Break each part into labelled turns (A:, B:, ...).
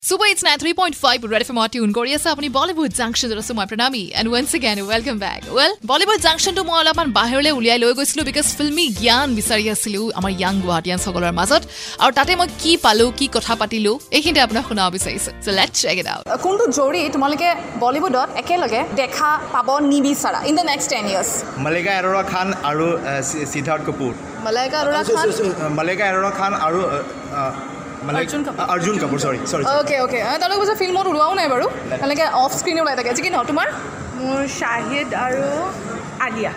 A: Super, it's 93.5 Red FM on tune কৰি আছে আপুনি বলিউড জাংচনত আছোঁ মই Pranami and once again welcome back well Bollywood জাংচনটো মই অলপমান বাহিৰলৈ উলিয়াই লৈ গৈছিলোঁ বিকজ ফিল্মি জ্ঞান বিচাৰি আছিলোঁ আমাৰ য়াং গুৱাহাটীয়ানসকলৰ মাজত আৰু তাতে মই কি পালোঁ কি কথা পাতিলোঁ এইখিনিতে আপোনাক শুনাব বিচাৰিছোঁ so' let check it out
B: কোনটো জৰী তোমালোকে বলিউডত একেলগে দেখা পাব নিবিচাৰা in the next ten years
C: Malaika Arora Khan আৰু আহ, সি- সিদ্ধাৰ্থ কাপুৰ
B: মালাইকা অৰোৰা
C: Ah,
B: খান
C: মালিকা এৰ'ৰা খান আৰু আহ, আহ, malai-
B: Arjun Kapoor.
C: Arjun Kapoor sorry sorry
B: okay okay তেওঁলোকে পিছত ফিল্মত ওলোৱাও নাই বাৰু এনেকৈ অফ স্ক্ৰীণে ওলাই থাকে যি কি নহয় তোমাৰ
D: মোৰ শ্বাহিদ আৰু আলিয়া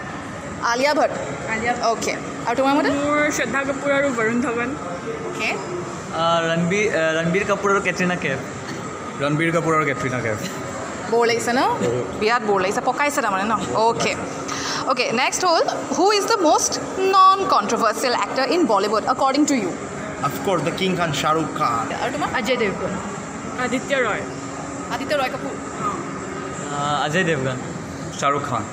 B: আলিয়া ভট
D: আলিয়া
B: অ'কে আৰু তোমাৰ মতে
D: মোৰ শ্ৰদ্ধা কাপুৰ আৰু বৰুণ ধৱন
B: অ'কে
E: ৰণবীৰ ৰণবীৰ কাপুৰ আৰু কেটৰিনা কেফ
C: ৰণবীৰ কাপুৰ আৰু কেটৰিনা কেফ
B: বৰ লাগিছে ন বিৰাট বৰ লাগিছে পকাইছে তাৰমানে ন অ'কে অ'কে নেক্সট হ'ল who is the most non controversial actor in Bollywood according to you
C: of course the king Khan Shahrukh Khan
B: আৰু তোমাৰ
D: Ajay Devgn Aditya Roy
B: Aditya Roy Kapoor
E: Ajay Devgan
C: Shahrukh Khan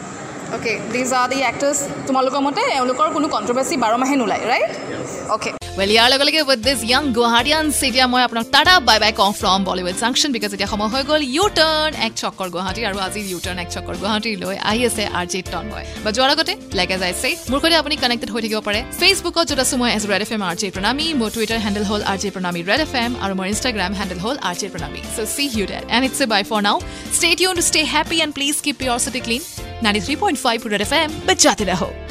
B: okay these are the actors তোমালোকৰ মতে এওঁলোকৰ কোনো কণ্ট্ৰভাৰ্চি বাৰ মাহে নোলায় ৰাইট অ'কে
A: ৱেল ইয়াৰ লগে লগে উইথ দিছ য়াং গুৱাহাটীয়ানছ এতিয়া মই আপোনাক টাটা বাই বাই কওঁ ফ্ৰম বলিউড জাংচন বিকজ এতিয়া সময় হৈ গ'ল ইউ টাৰ্ণ এক চক্কৰ গুৱাহাটী আৰু আজি ইউ টাৰ্ণ এক চক্কৰ গুৱাহাটীলৈ আহি আছে আৰ জি তন্ময় বা যোৱাৰ লগতে লাগে যাইছে মোৰ সৈতে আপুনি কানেক্টেড হৈ থাকিব পাৰে ফেচবুকত য'ত আছো মই as Red F M R J Pranami মোৰ টুইটাৰ হেণ্ডেল হ'ল R J Pranami Red F M আৰু মোৰ ইনষ্টাগ্ৰাম হেণ্ডেল হ'ল R J Pranami so' see you that and it's a bye for now stay tune stay happy and please keep your city clean ninety three point five Red F M but যাতে ৰাহক